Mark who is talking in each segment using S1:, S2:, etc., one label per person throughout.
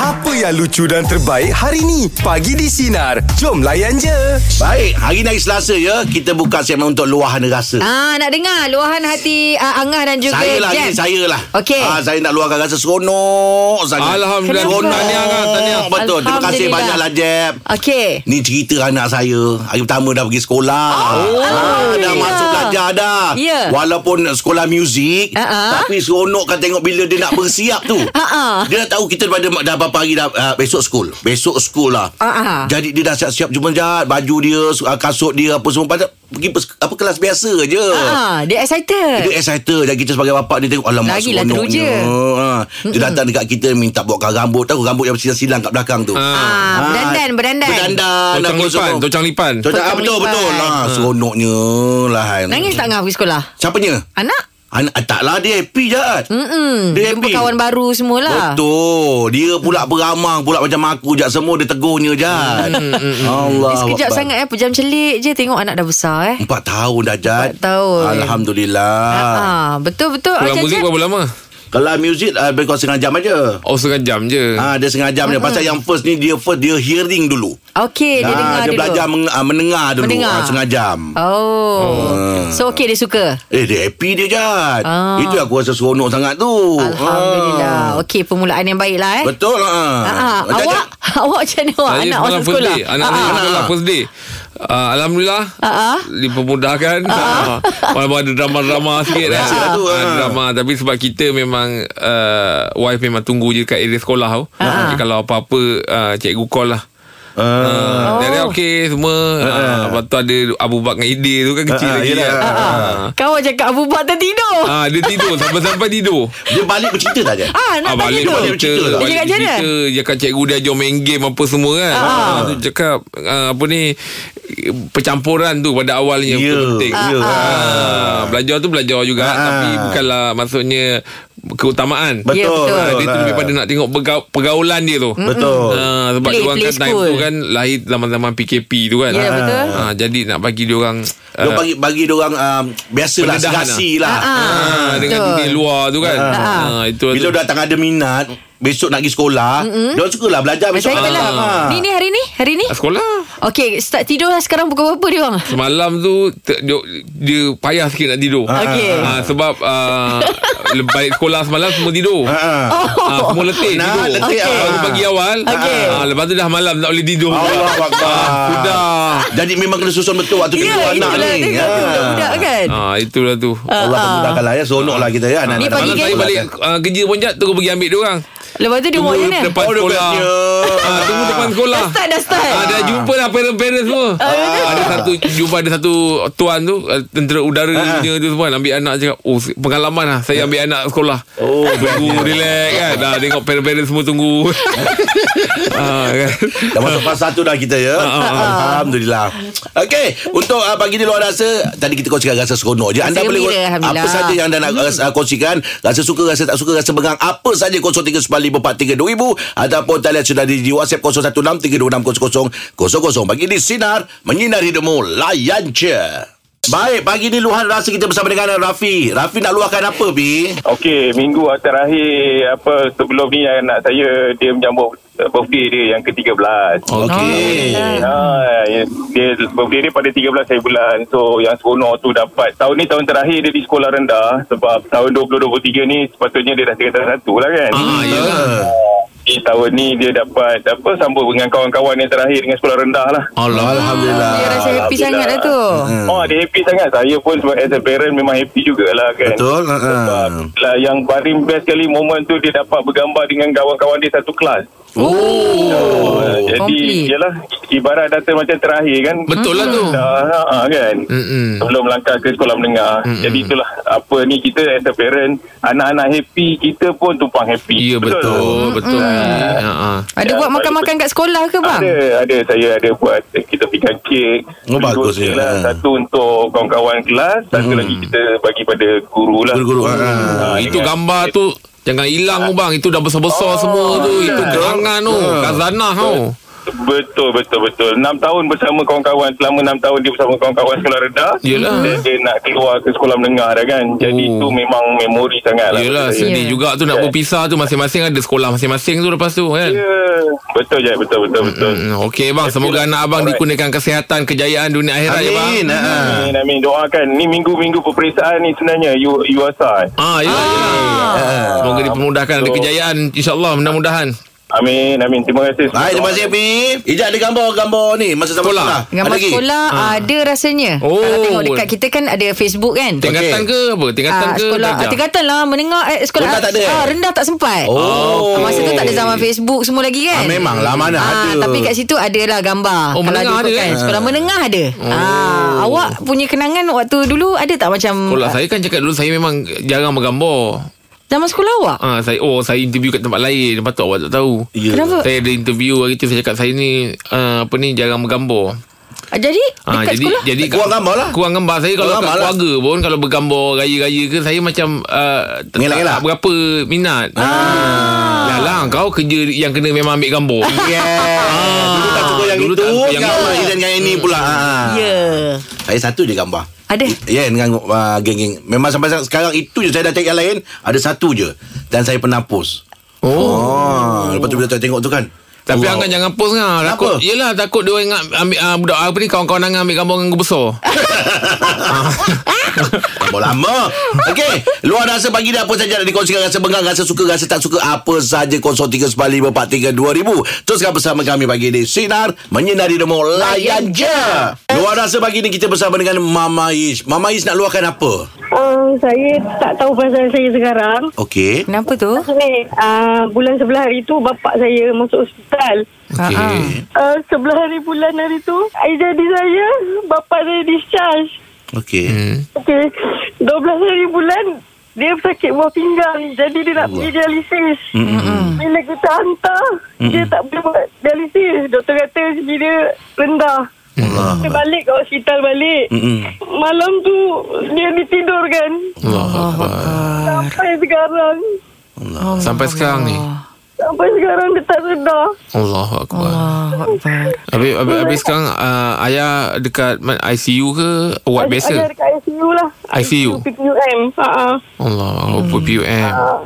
S1: Apa yang lucu dan terbaik hari ni? Pagi di Sinar. Jom layan je.
S2: Baik, hari ni hari Selasa ya, kita buka segmen untuk luahan rasa.
S3: Ah, nak dengar luahan hati uh, Angah dan juga
S2: Saya lah
S3: Jeb.
S2: ni, saya lah.
S3: Okey.
S2: Ah, saya nak luahkan rasa seronok sangat.
S4: Alhamdulillah.
S2: Seronok.
S4: Tahniah, Angah, tahniah.
S2: Betul. Terima kasih
S3: Alhamdulillah.
S2: banyaklah Jeb.
S3: Okey.
S2: Ni cerita anak saya Hari pertama dah pergi sekolah
S3: Oh,
S2: ah, Dah
S3: Alhamdulillah.
S2: masuk belajar dah
S3: Ya.
S2: Walaupun sekolah muzik
S3: Ah, ah.
S2: Tapi seronok kan tengok Bila dia nak bersiap tu
S3: Ah, ah.
S2: Dia dah tahu kita pada Dah berapa hari dah ah, Besok school Besok school lah
S3: Ah, ah.
S2: Jadi dia dah siap-siap Cuma jahat Baju dia su- ah, Kasut dia Apa semua Pada Pergi pes- apa kelas biasa je
S3: Ah,
S2: dia
S3: dia excited.
S2: excited Dan kita sebagai bapak Dia tengok Alamak
S3: Lagilah
S2: seronoknya
S3: teruja.
S2: ha. Dia datang dekat kita Minta buatkan rambut Tahu rambut yang silang-silang Kat belakang tu
S4: Ah.
S3: Ah, berandan, berandan.
S2: Berdandan
S4: Tocang
S2: apa
S4: lipan
S2: semua.
S4: Tocang lipan
S2: Cocok ah,
S3: Tocang
S2: betul
S3: lipat.
S2: betul lah seronoknya lah. Han.
S3: Nangis tak Angah pergi sekolah?
S2: Siapanya?
S3: Anak?
S2: Anak ah, taklah dia happy je.
S3: Hmm, Mm-mm.
S2: Dia
S3: Jumpa
S2: happy.
S3: kawan baru semualah.
S2: Betul. Dia pula
S3: Hmm.
S2: beramang pula macam aku je semua dia tegurnya je.
S3: Hmm,
S2: Allah.
S3: Dia sekejap
S2: Akbar.
S3: sangat eh Pejam celik je Tengok anak dah besar eh
S2: Empat tahun dah Jad
S3: Empat tahun.
S2: Alhamdulillah
S3: Ah, Betul-betul
S4: Pulang
S3: Macam
S4: muzik
S3: Jeb.
S4: berapa lama?
S2: Kalau muzik uh, Lebih kurang setengah jam aja
S4: Oh setengah jam
S3: Hmm.
S4: je
S2: Ah, dia setengah jam je Pasal yang first ni Dia first dia hearing dulu
S3: Okey hmm. Eh, Dia
S2: Ah,
S3: dengar
S2: dia
S3: dulu
S2: belajar meng, ah, mendengar dulu
S3: Mendengar.
S2: Ah, Setengah jam
S3: Oh
S2: Ah.
S3: So okey dia suka
S2: Eh dia happy dia Jad
S3: Ah.
S2: Itu aku rasa seronok sangat tu Ah.
S3: Alhamdulillah Okey permulaan yang baik lah eh
S2: Oh, Betul lah.
S3: Ah, ah. awak awak macam mana awak anak awak
S4: semalam first
S3: sekolah?
S4: day. Anak
S3: Ah,
S4: saya
S3: ah.
S4: sekolah first day Ah, Alhamdulillah
S3: Ah, ah.
S4: Dipermudahkan Ah, Walaupun ada drama-drama sikit kan?
S2: Biasalah tu,
S4: Ah,
S2: ah.
S4: Drama Tapi sebab kita memang uh, Wife memang tunggu je Kat area sekolah tu Jadi Kalau apa-apa ah, Cikgu call lah
S2: Ah.
S4: Uh, Dari
S3: Oh.
S4: okey semua uh, Lepas tu ada Abu Bak dengan Idil tu kan kecil
S2: Ah, ah,
S4: lagi
S2: yelah.
S4: kan.
S2: Ah,
S3: Kan awak cakap Abu Bakar tertidur.
S4: Ah, Dia tidur Sampai-sampai tidur
S2: Dia balik bercerita tak je?
S3: Ah, nak
S4: Ah,
S3: tanya
S4: balik
S3: tu.
S4: balik cerita
S2: Dia
S4: Balik
S3: cakap macam mana?
S4: cerita Dia kat cikgu dia ajar main game Apa semua kan
S3: Ah.
S4: ah. Tu cakap ah, Apa ni eh, Percampuran tu pada awalnya
S2: Ya,
S4: yeah. penting
S2: ya.
S4: Ah, Belajar tu belajar juga
S2: Ah.
S4: Tapi bukanlah maksudnya Keutamaan
S2: Betul. lah.
S3: Ya, betul.
S4: Ah, Dia tu lebih pada nak tengok berga- pergaulan dia tu
S2: Betul.
S4: Ah, sebab
S3: Play-
S4: dia orang
S3: play
S4: kan time
S3: school.
S4: tu kan lahir zaman-zaman PKP tu kan.
S3: Ya, betul.
S4: Ah, jadi nak bagi dia orang
S2: Dia bagi bagi dia orang um, biasalah
S4: ah. Pendedahan
S2: serasi lah.
S4: ah, dengan
S3: betul.
S4: dunia luar tu kan.
S3: Ah.
S4: Ah, itu
S2: Bila datang ada minat, besok nak pergi sekolah, dia orang sukalah belajar besok.
S3: Excited lah. Ni ni hari ni? Hari ni?
S4: Ah, sekolah. Ah.
S3: Okey, start tidur lah sekarang pukul berapa dia orang?
S4: Semalam tu ter, dia, dia payah sikit nak tidur.
S3: Okey.
S4: Ah, sebab ah, le- balik sekolah semalam semua tidur.
S2: Ha.
S4: Ah,
S3: Oh,
S4: semua letih
S2: Nah,
S4: tidur.
S2: letih,
S4: Ah,
S2: ah.
S4: Baru pagi awal.
S3: Okey.
S4: Ah, lepas tu dah malam tak boleh tidur. Ah,
S2: Allah Akbar.
S4: Sudah.
S2: ah. Jadi memang kena susun betul waktu
S3: Ya,
S2: kedua anak
S3: itulah
S2: ni.
S3: tengok tu budak-budak kan. Ah.
S4: Ah, itulah tu.
S2: Allah memudahkanlah ya seronoklah kita ya anak.
S3: Ni pagi
S4: Malam saya
S3: game.
S4: balik ah, kerja pun jat Terus pergi ambil dia orang
S3: Lepas tu dia buat
S4: Tunggu
S3: macam mana?
S4: depan
S2: Oh, dia
S4: sekolah
S2: bestnya.
S4: ah, Tunggu depan sekolah
S3: Dah start, dah start.
S4: Ah, dah jumpa lah parent-parent semua Ah, Ada satu Jumpa ada satu Tuan tu ah, Tentera udara
S2: Ah.
S4: punya tu semua kan, Ambil anak cakap Oh se- pengalaman lah Saya ambil anak sekolah
S2: Oh,
S4: Tunggu relax kan Dah tengok parent-parent semua tunggu ah, kan?
S2: Dah masuk fasa satu dah kita
S3: Ah,
S2: ya Alhamdulillah Okey Untuk uh, pagi ni luar rasa Tadi kita kongsikan rasa seronok je Anda
S3: Rasa
S2: boleh
S3: gembira, Alhamdulillah. Hmm.
S2: Apa saja yang anda nak uh, kongsikan Rasa suka, rasa tak suka, rasa bengang Apa saja 0395432000 Ataupun talian sudah di, di WhatsApp 0163260000 Pagi ni Sinar Menyinar hidupmu Layan je Baik, pagi ni luahan rasa kita bersama dengan Rafi. Rafi nak luahkan apa, Bi?
S5: Okey, minggu terakhir apa sebelum ni anak saya dia menyambut uh, birthday dia yang ke-13.
S2: Oh. Okey.
S5: Ha, dia birthday dia pada 13 hari bulan. So yang seronok tu dapat. Tahun ni tahun terakhir dia di sekolah rendah sebab tahun 2023 ni sepatutnya dia dah tingkatan satu lah kan.
S4: Ah, yelah.
S5: Di tahun ni dia dapat apa sambut dengan kawan-kawan yang terakhir dengan sekolah rendah lah.
S2: Allah, Alhamdulillah. Mm-hmm.
S3: Dia rasa happy
S5: Alhamdulillah.
S3: sangat lah tu.
S5: Hmm. Oh, dia happy sangat. Saya pun sebab as a parent memang happy jugalah kan.
S2: Betul. Ha, ha.
S5: Sebab lah yang paling best sekali momen tu dia dapat bergambar dengan kawan-kawan dia satu kelas. Oh,
S3: complete.
S5: jadi yalah ibarat data macam terakhir kan.
S4: Betul lah tu
S5: Dah, ha, ha, kan.
S4: Mm-mm.
S5: Sebelum langkah ke sekolah menengah. Jadi itulah apa ni kita as a parent, anak-anak happy, kita pun tumpang happy.
S4: Ya betul Betul Ah, ah.
S3: Ada
S5: Ya,
S3: buat makan-makan kat sekolah ke bang?
S5: Ada, ada saya ada buat eh, kita pikan kek.
S2: Oh,
S5: Beli
S2: bagus
S5: dua kek
S2: ya.
S5: Lah. Satu untuk kawan-kawan kelas, satu lagi kita bagi pada guru lah.
S2: Guru-guru,
S4: Ah,
S2: ha, ha.
S5: Ha,
S4: Itu
S5: dengan-
S4: gambar tu Jangan hilang tu bang Itu dah besar-besar semua tu Itu gerangan tu Kazanah tu
S5: Betul betul betul 6 tahun bersama kawan-kawan Selama 6 tahun dia bersama kawan-kawan sekolah rendah
S4: Yelah.
S5: dia, dia nak keluar ke sekolah menengah dah kan Jadi
S4: Oh.
S5: itu memang memori sangat lah
S4: Yelah
S5: bagi saya.
S4: sedih
S3: Ya.
S4: juga tu nak berpisah tu masing-masing ada sekolah masing-masing tu lepas tu kan.
S5: Ya Betul je betul betul betul
S4: Hmm, Okey bang semoga anak abang
S5: Alright.
S4: dikurniakan kesihatan kejayaan dunia akhirat ya bang.
S2: lah. Amin. Ha.
S5: Amin amin doakan Ni minggu-minggu peperiksaan ni sebenarnya You, you asal
S4: Ah, ya.
S2: Ah.
S4: Semoga dipermudahkan ada
S5: So-
S4: kejayaan insya-Allah mudah-mudahan.
S5: Amin amin Terima kasih
S2: Baik, terima kasih Pip. Ijak ada gambar-gambar ni masa sama
S4: Sekolah.
S2: sekolah.
S3: Gambar
S2: Ada lagi?
S3: sekolah ha. ada rasanya.
S4: Ah. Oh.
S3: Kalau tengok dekat kita kan ada Facebook kan.
S4: Tingkatan
S2: Okey.
S4: ke apa? Tingkatan
S3: Ah,
S4: ke?
S3: sekolah ah,
S4: darjah?
S3: tingkatan lah menengah eh, sekolah
S2: Rendah tak ada, eh?
S3: ah, rendah tak sempat.
S2: Oh.
S3: Ah, Masa tu tak ada Ah. zaman Facebook semua lagi kan.
S2: Ah, memang lah, mana ada.
S3: Tapi kat situ adalah gambar.
S4: Oh, menengah ada,
S3: ikutkan.
S4: eh?
S3: Sekolah menengah ada. Oh. Ah, awak punya kenangan waktu dulu ada tak macam ah,
S4: Sekolah saya kan cakap dulu saya memang jarang menggambar.
S3: zaman sekolah awak?
S4: Ah saya oh saya interview kat tempat lain lepas tu awak tak tahu.
S2: Ya.
S3: Kenapa?
S4: Saya ada interview hari tu saya cakap saya ni uh, apa ni jarang menggambar.
S3: Ah, jadi
S4: Ah,
S3: dekat
S4: jadi
S3: sekolah?
S4: jadi
S2: Kurang gambar lah.
S4: Kurang gambar saya kalau
S2: Kurang
S4: kat
S2: gambar lah.
S4: keluarga pun kalau bergambar raya-raya ke saya macam uh, tak-
S2: Mengelak-elak.
S4: tak berapa minat. Ah. Lah lah kau kerja yang kena memang ambil gambar.
S2: Yeah. Dulu tak cukup yang
S4: Ah. Dulu
S2: itu.
S4: tak cukup yang
S2: Gambar
S4: itu.
S2: Ijak dengan ini pula. Ha.
S3: Ya.
S2: Saya satu je gambar.
S3: Ada.
S2: Ya yeah, dengan uh, geng-geng Memang sampai sekarang Itu je saya dah cek yang lain Ada satu je Dan saya pernah post
S4: Oh.
S2: oh. Lepas tu bila saya tengok tu kan
S4: Tapi
S2: Allah.
S4: Angah jangan post ngah.
S2: Kenapa?
S4: Takut. Yelah takut dia orang ingat ambil uh, budak apa ni kawan-kawan Angah ambil gambar dengan aku besar.
S2: Gambar lama Okey Luar rasa pagi ni Apa saja nak dikongsikan Rasa bengang Rasa suka Rasa tak suka Apa saja 0395432000 Teruskan bersama kami pagi ni Sinar Menyinari demo Layan je Luar rasa pagi ni Kita bersama dengan Mama Ish Mama Ish nak luahkan apa?
S6: Uh, saya tak tahu pasal saya sekarang.
S2: Okey
S3: Kenapa tu?
S6: Ni, uh, bulan sebelah hari tu bapak saya masuk hospital.
S4: Okey.
S3: Ah,
S6: Uh, sebelah hari bulan hari tu, air jadi saya, bapak saya discharge.
S2: Okey
S4: Hmm.
S6: Okey, 12 hari bulan, dia sakit buah pinggang. Jadi dia nak pergi dialisis. Mm-mm. Bila kita hantar, Mm-mm. dia tak boleh buat dialisis. Doktor kata segi dia rendah.
S2: Allah
S6: Dia balik ke hospital balik.
S2: Mm-mm.
S6: Malam tu, dia ditidurkan.
S4: Allah Akbar.
S6: Sampai sekarang.
S4: Sampai sekarang ni.
S6: Sampai sekarang dia tak sedar.
S4: Allah Akbar.
S3: Ah, Akbar.
S4: Habis, habis, habis sekarang uh, ayah dekat mana, ICU ke
S6: Ada
S4: ward biasa?
S6: dekat ICU lah.
S4: ICU.
S6: PPUM. Ha
S4: Allah, oh, PPUM.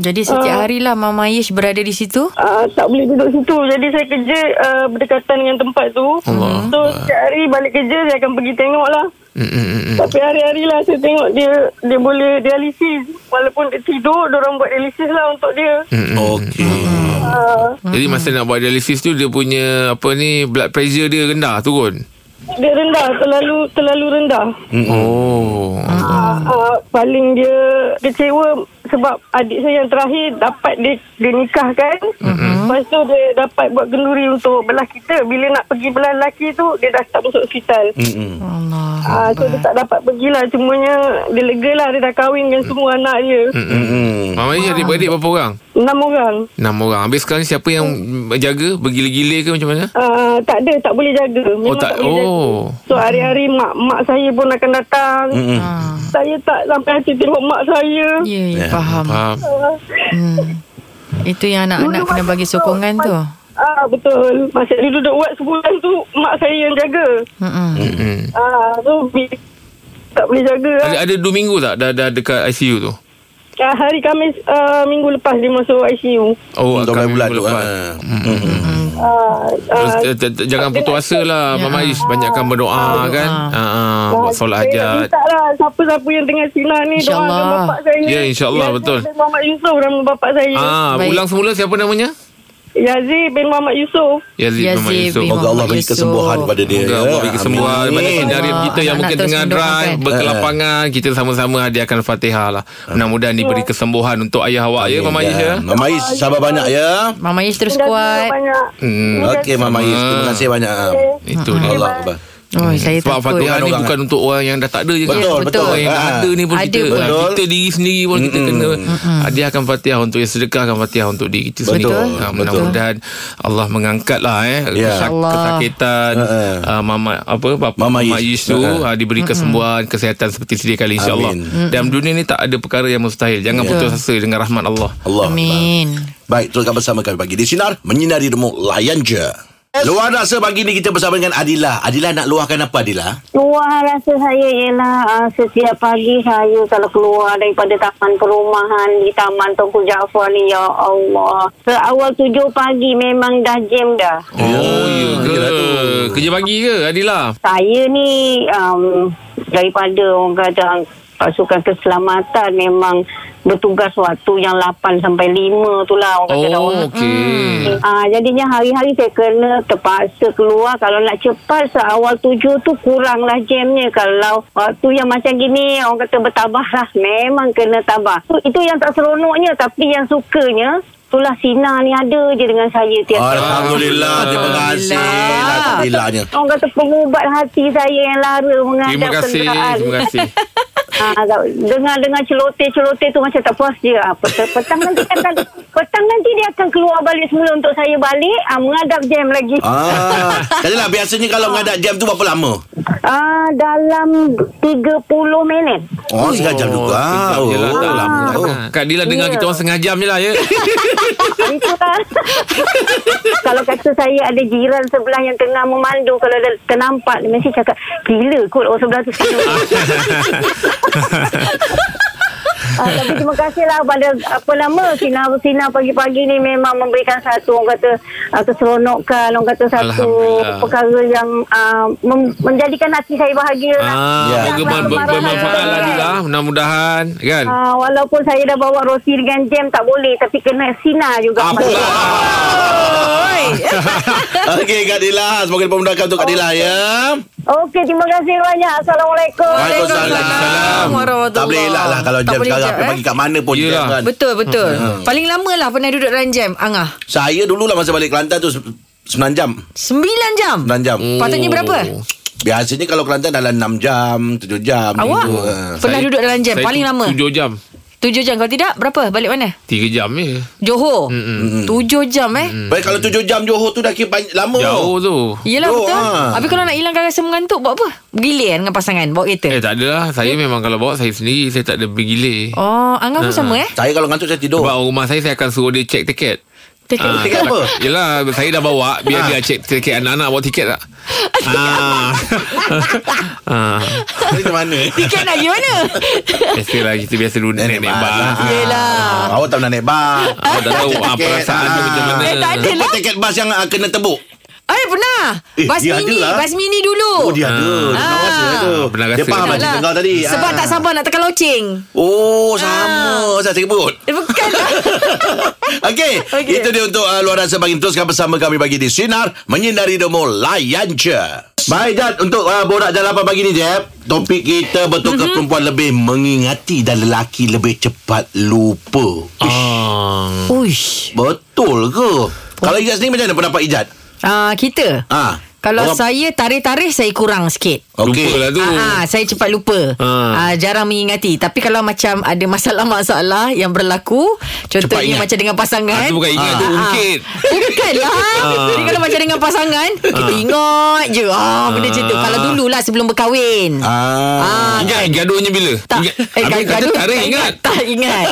S3: Jadi setiap
S6: Ah.
S3: harilah Mama Yish berada di situ.
S6: Uh, tak boleh duduk situ Jadi saya kerja uh, Berdekatan dengan tempat tu
S4: Allah
S6: So setiap hari balik kerja Saya akan pergi tengok lah
S4: Mm, mm, mm, mm.
S6: Tapi hari-hari lah Saya tengok dia Dia boleh dialisis Walaupun dia tidur Diorang buat dialisis lah Untuk dia
S4: Hmm.
S2: Okey
S6: uh,
S4: Jadi masa nak buat dialisis tu dia punya apa ni blood pressure dia rendah turun.
S6: Dia rendah Terlalu Terlalu rendah
S4: Oh.
S6: uh, uh, Paling dia Kecewa Sebab adik saya yang terakhir Dapat dia Dia nikahkan
S4: Mm-hmm.
S6: Lepas tu dia dapat Buat kenduri untuk Belah kita Bila nak pergi belah lelaki tu Dia dah tak masuk hospital
S4: Mm-hmm.
S2: Mm-mm.
S3: Allah.
S6: Ah, so dia tak dapat pergilah Cumanya dia lega lah Dia dah kahwin
S4: Mm.
S6: dengan semua anak dia
S2: Mm-mm.
S4: Mama ni adik-beradik berapa orang?
S6: Enam orang
S4: Enam orang. Habis sekarang siapa yang jaga? Bergila-gila ke macam mana?
S6: ah, Tak ada tak boleh jaga Memang
S4: Oh tak.
S6: boleh jaga.
S4: Oh. Mm-hmm.
S6: So hari-hari mak mak saya pun akan datang
S2: Mm-mm.
S3: Ah.
S6: Saya tak sampai hati tengok mak saya Ah,
S3: Ya, ya, faham.
S4: Faham.
S3: Hmm. Itu yang anak-anak
S6: Dulu
S3: kena
S6: masa
S3: bagi
S6: tu,
S3: sokongan tu.
S6: Ah Betul Masa dia duduk buat sebulan tu Mak saya yang jaga
S3: Hmm.
S4: Mm-mm.
S6: ah, So bi- tak boleh jaga
S4: Ada
S6: lah.
S4: ada 2 minggu tak dah, dah dekat ICU tu?
S6: ah, Hari Khamis ah, minggu lepas dia masuk ICU
S4: Oh,
S2: Untuk
S4: akan
S2: bulan bulan
S4: minggu
S2: tu
S4: lepas.
S2: ah.
S6: ah,
S4: Terus,
S6: ah,
S4: eh, te- te- jangan putus asa lah
S3: Ya.
S4: Mama Ish Banyakkan berdoa kan ha, ha, Buat solat
S6: Saya nak
S4: hajat
S6: minta lah siapa-siapa yang tengah sinar ni
S3: InsyaAllah.
S6: doakan bapak saya.
S4: Ya, insyaAllah,
S6: Yazid
S4: betul.
S6: bin Muhammad Yusof nama bapak saya.
S4: Ah,
S3: Baik.
S4: ulang semula siapa namanya?
S6: Yazid bin Muhammad Yusof.
S4: Yazid bin
S3: Yazid
S4: Muhammad Yusof.
S3: bin
S2: Moga Allah bagi
S3: Yusuf.
S2: kesembuhan pada dia. ya.
S4: Moga Allah bagi kesembuhan
S2: Amin.
S4: Banyak dari
S3: Allah,
S4: kita yang
S3: anak-anak
S4: mungkin
S3: terus kan?
S4: tengah
S3: mendoakan.
S4: drive Berkelapangan Kita sama-sama hadiahkan Fatihah lah Mudah-mudahan diberi kesembuhan Untuk ayah awak ya Mama Ish ya
S2: Mama Is sabar banyak ya.
S3: Mama Yish terus
S6: Terima kasih
S3: kuat.
S6: Banyak.
S4: Hmm,
S2: Okey Mama Is terima kasih banyak.
S4: Itu dia
S2: Allah Akbar.
S3: Oh, saya
S4: Sebab
S3: takut.
S4: Fatihah ni
S2: Orang-orang.
S4: bukan untuk orang yang dah tak ada je kan?
S2: Betul,
S3: Ya, betul.
S4: Orang yang dah
S2: Ah.
S4: ada ni pun
S3: Ada
S4: kita
S3: pun.
S4: ah,
S2: Betul.
S4: Kita diri sendiri pun kita kena Hadiahkan Fatihah untuk yang sedekahkan Fatihah untuk diri kita
S2: Betul,
S4: sendiri
S2: betul.
S4: Ah, Mudah-mudahan Allah mengangkat lah eh
S2: Ya.
S4: kesak-
S3: Allah.
S4: Kesakitan
S2: Ah, ah.
S4: ah, Mama apa Bapa
S2: Mama
S4: Mama
S2: Yus.
S4: Yus tu
S2: Ah.
S4: ah, Diberi kesembuhan Kesihatan seperti sedia kali insyaAllah
S2: Amin.
S4: Dalam dunia ni tak ada perkara yang mustahil Jangan putus asa dengan rahmat Allah
S2: Allah. Akbar.
S3: Amin.
S2: Baik, teruskan bersama kami pagi di Sinar Menyinari Remuk Layan Je. Luar rasa pagi ni kita bersama dengan Adila. Adila nak luahkan apa Adila?
S7: Luar rasa saya ialah uh, setiap pagi saya kalau keluar daripada taman perumahan di Taman Tunku Jaafar ni, ya Allah. Seawal tujuh pagi memang dah jam dah.
S4: Oh, ya ke? Kerja pagi ke Adila?
S7: Saya ni um, daripada orang kata pasukan keselamatan memang bertugas waktu yang 8 sampai 5 tu lah orang kata
S4: Oh,
S7: orang.
S4: okey.
S7: Ah, jadinya hari-hari saya kena terpaksa keluar kalau nak cepat seawal tujuh tu kuranglah jamnya kalau waktu yang macam gini orang kata bertabah lah memang kena tabah tu, itu yang tak seronoknya tapi yang sukanya itulah Sina ni ada je dengan saya tiap
S2: Alhamdulillah. Terima kasih. Alhamdulillahnya.
S7: Orang kata pengubat hati saya yang lara menghadap
S4: Terima kasih.
S7: kenderaan.
S4: Terima kasih.
S7: Ah, dengan dengan celoteh-celoteh tu macam tak puas dia. Ah, pet- petang nanti akan petang nanti dia akan keluar balik semula untuk saya balik ah, menghadap jam lagi.
S2: Ah,
S7: Ah.
S2: Kadilah biasanya kalau mengadap jam tu berapa lama?
S7: Ah, dalam 30 minit.
S2: Oh, setengah jam juga.
S4: Sekejap
S2: Oh,
S4: je lah. Tak lama.
S2: Oh.
S4: Kak Adila lah dengar
S7: Ya.
S4: kita orang setengah jam je lah ya.
S7: Itulah. kalau kata saya ada jiran sebelah yang tengah memandu kalau ada ternampak dia mesti cakap gila kot orang sebelah tu sini. Ah, tapi terima kasihlah pada apa nama sinar-sinar pagi-pagi ni memang memberikan satu orang kata uh, keseronokan orang kata satu
S4: Alhamdulillah.
S7: perkara yang uh, mem- menjadikan hati saya bahagia lah.
S4: Ah,
S2: Ya.
S4: moga ber- ber- bermanfaat lah Adila. Mudah-mudahan kan.
S7: Ah, walaupun saya dah bawa roti dengan jam tak boleh tapi kena sinar juga.
S2: Apa? Okey, Kak Dila. Semoga dipermudahkan untuk Kak Dila, ya.
S7: Okey, terima kasih banyak. Assalamualaikum.
S2: Waalaikumsalam.
S3: Warahmatullahi
S2: Tak boleh elak lah kalau
S3: Tak
S2: jam
S3: boleh
S2: sekarang.
S3: jap,
S2: Pergi
S3: eh.
S2: bagi kat mana pun
S4: Yelah.
S2: jam kan.
S3: Betul betul. Paling lama lah pernah duduk dalam jam Angah.
S2: Saya dululah masa balik Kelantan tu 9 jam.
S3: 9 jam.
S2: 9 jam.
S4: Oh. Hmm.
S3: Patutnya berapa?
S2: Biasanya kalau Kelantan dalam 6 jam, 7 jam.
S3: Awak
S2: gitu, ah.
S3: pernah
S4: Saya-
S3: duduk dalam jam
S4: saya
S3: paling
S4: tu-
S3: lama?
S4: Tujuh jam.
S3: 7 jam kalau tidak berapa? Balik mana?
S4: Tiga jam ya. je.
S2: Oh.
S3: Johor. 7 jam eh.
S2: Baik kalau 7 jam Johor tu dah kira banyak, lama.
S4: Jauh tu.
S3: Yelah
S2: Yo,
S3: betul.
S2: ah.
S3: Habis kalau nak hilangkan rasa mengantuk buat apa? Bergilir kan dengan pasangan bawa
S4: Eh
S3: kereta.
S4: tak adalah Saya memang kalau bawa Saya sendiri Saya tak ada
S3: Ya.
S4: bergilir
S3: Oh, Angah
S2: Ah,
S3: pun sama eh?
S2: Saya kalau ngantuk saya tidur.
S4: Sebab orang rumah saya Saya akan suruh dia cek tiket
S3: Tiket.
S4: Ah,
S2: tiket apa? Ah.
S4: Yelah Saya dah bawa Biar dia cek tiket Anak-anak bawa tiket tak Ah. ah.
S2: Jadi Macam mana?
S3: Tiket nak pergi mana?
S4: Biasalah Kita biasa dulu Naik naik bas
S3: Yelah.
S2: Ah, Awak tak pernah naik bas.
S4: Awak tak tahu ah,
S2: Tiket,
S4: Perasaan dia
S2: ah.
S4: macam mana
S3: Eh, tak ada.
S2: Apa tiket bas yang ah, kena tebuk?
S3: Eh pernah.
S2: Eh,
S3: bas
S2: dia
S3: mini,
S2: adalah.
S3: bas mini dulu.
S2: Oh, dia ada. Dia pernah
S3: Ah. lah.
S2: rasa tu.
S4: Pernah
S2: Dia
S4: rasa.
S2: faham
S4: Yelah.
S2: macam kau tadi.
S3: Sebab
S2: Ah.
S3: tak Ah. sabar nak tekan loceng.
S2: Oh, sama. Saya sakit perut.
S3: Eh, Bukan lah.
S2: Okey, okay.
S3: Okey.
S2: itu dia untuk uh, luar rasa bagi teruskan bersama kami bagi di Sinar Menyinari Demo Layan Je. Baik Jad, untuk uh, borak jam 8 pagi ni Jeb, topik kita
S3: Mhm.
S2: bertukar mm-hmm. perempuan lebih mengingati dan lelaki lebih cepat lupa.
S4: Ah.
S3: Uish.
S2: Betul ke? Kalau Ijat sendiri macam mana pendapat Ijat?
S3: Ah, kita.
S2: Ha.
S3: Kalau
S2: Orang-
S3: saya tarikh-tarikh saya kurang sikit.
S2: Okey.
S4: Lupa lah tu
S3: Ah, ah, saya cepat lupa. Ah.
S4: Ah.
S3: jarang mengingati. Tapi kalau macam ada masalah-masalah yang berlaku,
S2: ingat.
S3: contohnya macam dengan pasangan.
S4: Ah, tu bukan ingat, tu Ah. ungkit.
S3: Bukanlah. lah. Jadi kalau macam dengan pasangan,
S4: Ah.
S3: kita ingat je. Ah, benda macam tu. Kalau dululah sebelum berkahwin.
S2: Ah.
S3: Ah,
S4: Ingat gaduhnya bila
S3: tak.
S4: ingat,
S3: Eh,
S4: Habis kata
S3: gaduh,
S4: tarik ingat
S3: Tak ingat.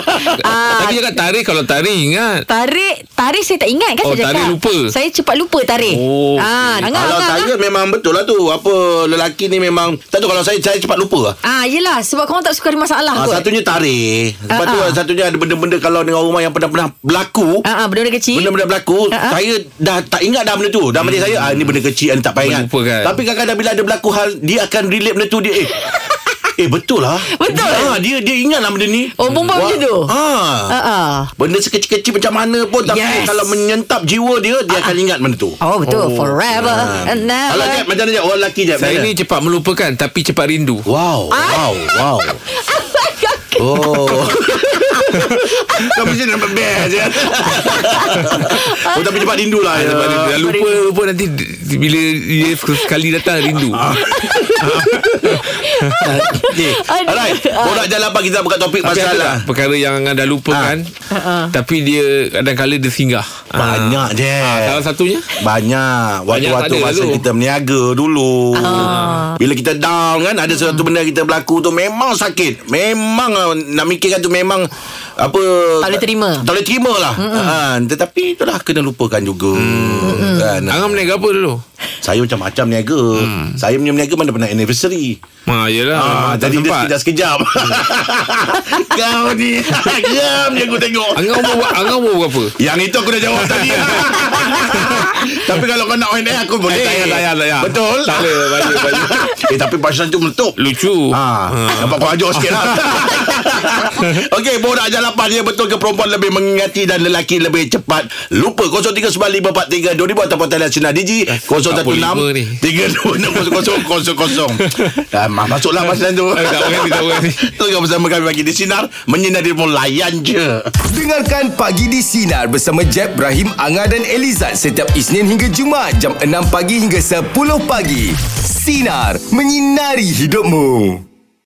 S3: ah,
S4: Tadi cakap tarik Kalau tarik ingat
S3: Tarik Tarik saya tak ingat kan
S4: Oh,
S3: saya cakap.
S4: tarik lupa.
S3: Saya cepat lupa tarik
S4: Oh,
S3: ah, angah,
S2: Kalau
S3: angah,
S2: saya
S3: angah.
S2: memang betul lah tu Apa lelaki ni memang Tak tahu kalau saya Saya cepat lupa lah
S3: Ah, yelah Sebab korang tak suka ada masalah
S2: Ah,
S3: kot
S2: satunya tarik Lepas tu
S3: Ah, ah.
S2: satunya ada benda-benda Kalau dengan orang rumah yang pernah-pernah berlaku
S3: Ah, ah, benda-benda kecil
S2: Benda-benda berlaku
S3: Ha-ha.
S2: Saya dah tak ingat dah benda tu Dah macam saya ah, Ni benda kecil Anda tak payah ingat
S4: Melupakan.
S2: Tapi kadang-kadang bila ada berlaku hal Dia akan relate benda tu Dia eh Eh betul lah
S3: Betul.
S2: ha, Dia dia ingat lah benda ni
S3: Oh, perempuan macam tu?
S2: ha.
S3: ah, ah.
S2: Benda sekecil-kecil macam mana pun Tapi
S3: Yes.
S2: kalau menyentap jiwa dia Dia akan ingat benda tu Ah.
S3: Oh betul oh. Forever and
S2: Kalau Jeb
S3: never
S2: macam mana Jeb Orang lelaki Jeb
S4: Saya
S2: macam
S4: ni
S2: mana?
S4: cepat melupakan Tapi cepat rindu
S2: Wow Wow Wow Ah. Oh Kau mesti nampak best ya. Oh tapi cepat rindu lah ya. Ah,
S4: Sebab dia dah lupa Lupa nanti Bila dia sekali datang rindu
S2: Okay.
S3: Aduh.
S2: Alright. Borak jalan apa kita buka topik lah.
S4: Tapi ada
S2: masalah. Ah.
S4: tak perkara yang anda lupakan
S3: Ha.
S4: Tapi dia kadang-kadang dia singgah
S2: Banyak je.
S4: Ah, Salah satunya
S2: Banyak Waktu-waktu
S4: tak ada
S2: masa
S4: dulu.
S2: kita berniaga dulu ah. Bila kita down kan Ada sesuatu
S3: Ah.
S2: benda kita berlaku tu Memang sakit Memang ah, Nak fikirkan tu memang Apa
S3: Tak boleh terima.
S2: Tak boleh terima lah ha, Tetapi itulah Kena lupakan juga kan?
S4: Angam naik apa dulu
S2: Saya macam-macam niaga hmm. Saya punya niaga mana pernah anniversary
S4: Ha, yelah
S2: Ah, Hmm.
S4: tak
S2: Jadi
S4: sempat.
S2: dia sekejap-sekejap Kau ni Geram je aku tengok
S4: Angah umur, Angah umur berapa?
S2: Yang itu aku dah jawab tadi Tapi kalau kau nak on air Aku boleh lah, ya,
S4: tak payah, tak payah, tak
S2: Eh,
S4: payah.
S2: Betul
S4: Tak boleh, baju, baju.
S2: Eh tapi pasal tu meletup
S4: Lucu
S2: Ha, nampak kau ajar sikit lah Okey, borak jalapan dia betul ke perempuan lebih mengingati dan lelaki lebih cepat lupa 0395432000 ataupun talian sinar Digi 016
S4: 45 ni.
S2: 32600000 Ah, ma- Masuklah pasal tu
S4: Eh, tak berhenti, tak berhenti.
S2: Tengok bersama kami bagi di Sinar Menyinari melayan je
S1: Dengarkan Pagi di Sinar bersama Jeb, Ibrahim, Anga dan Elizad setiap Isnin hingga Jumaat jam 6 pagi hingga 10 pagi. Sinar, menyinari hidupmu.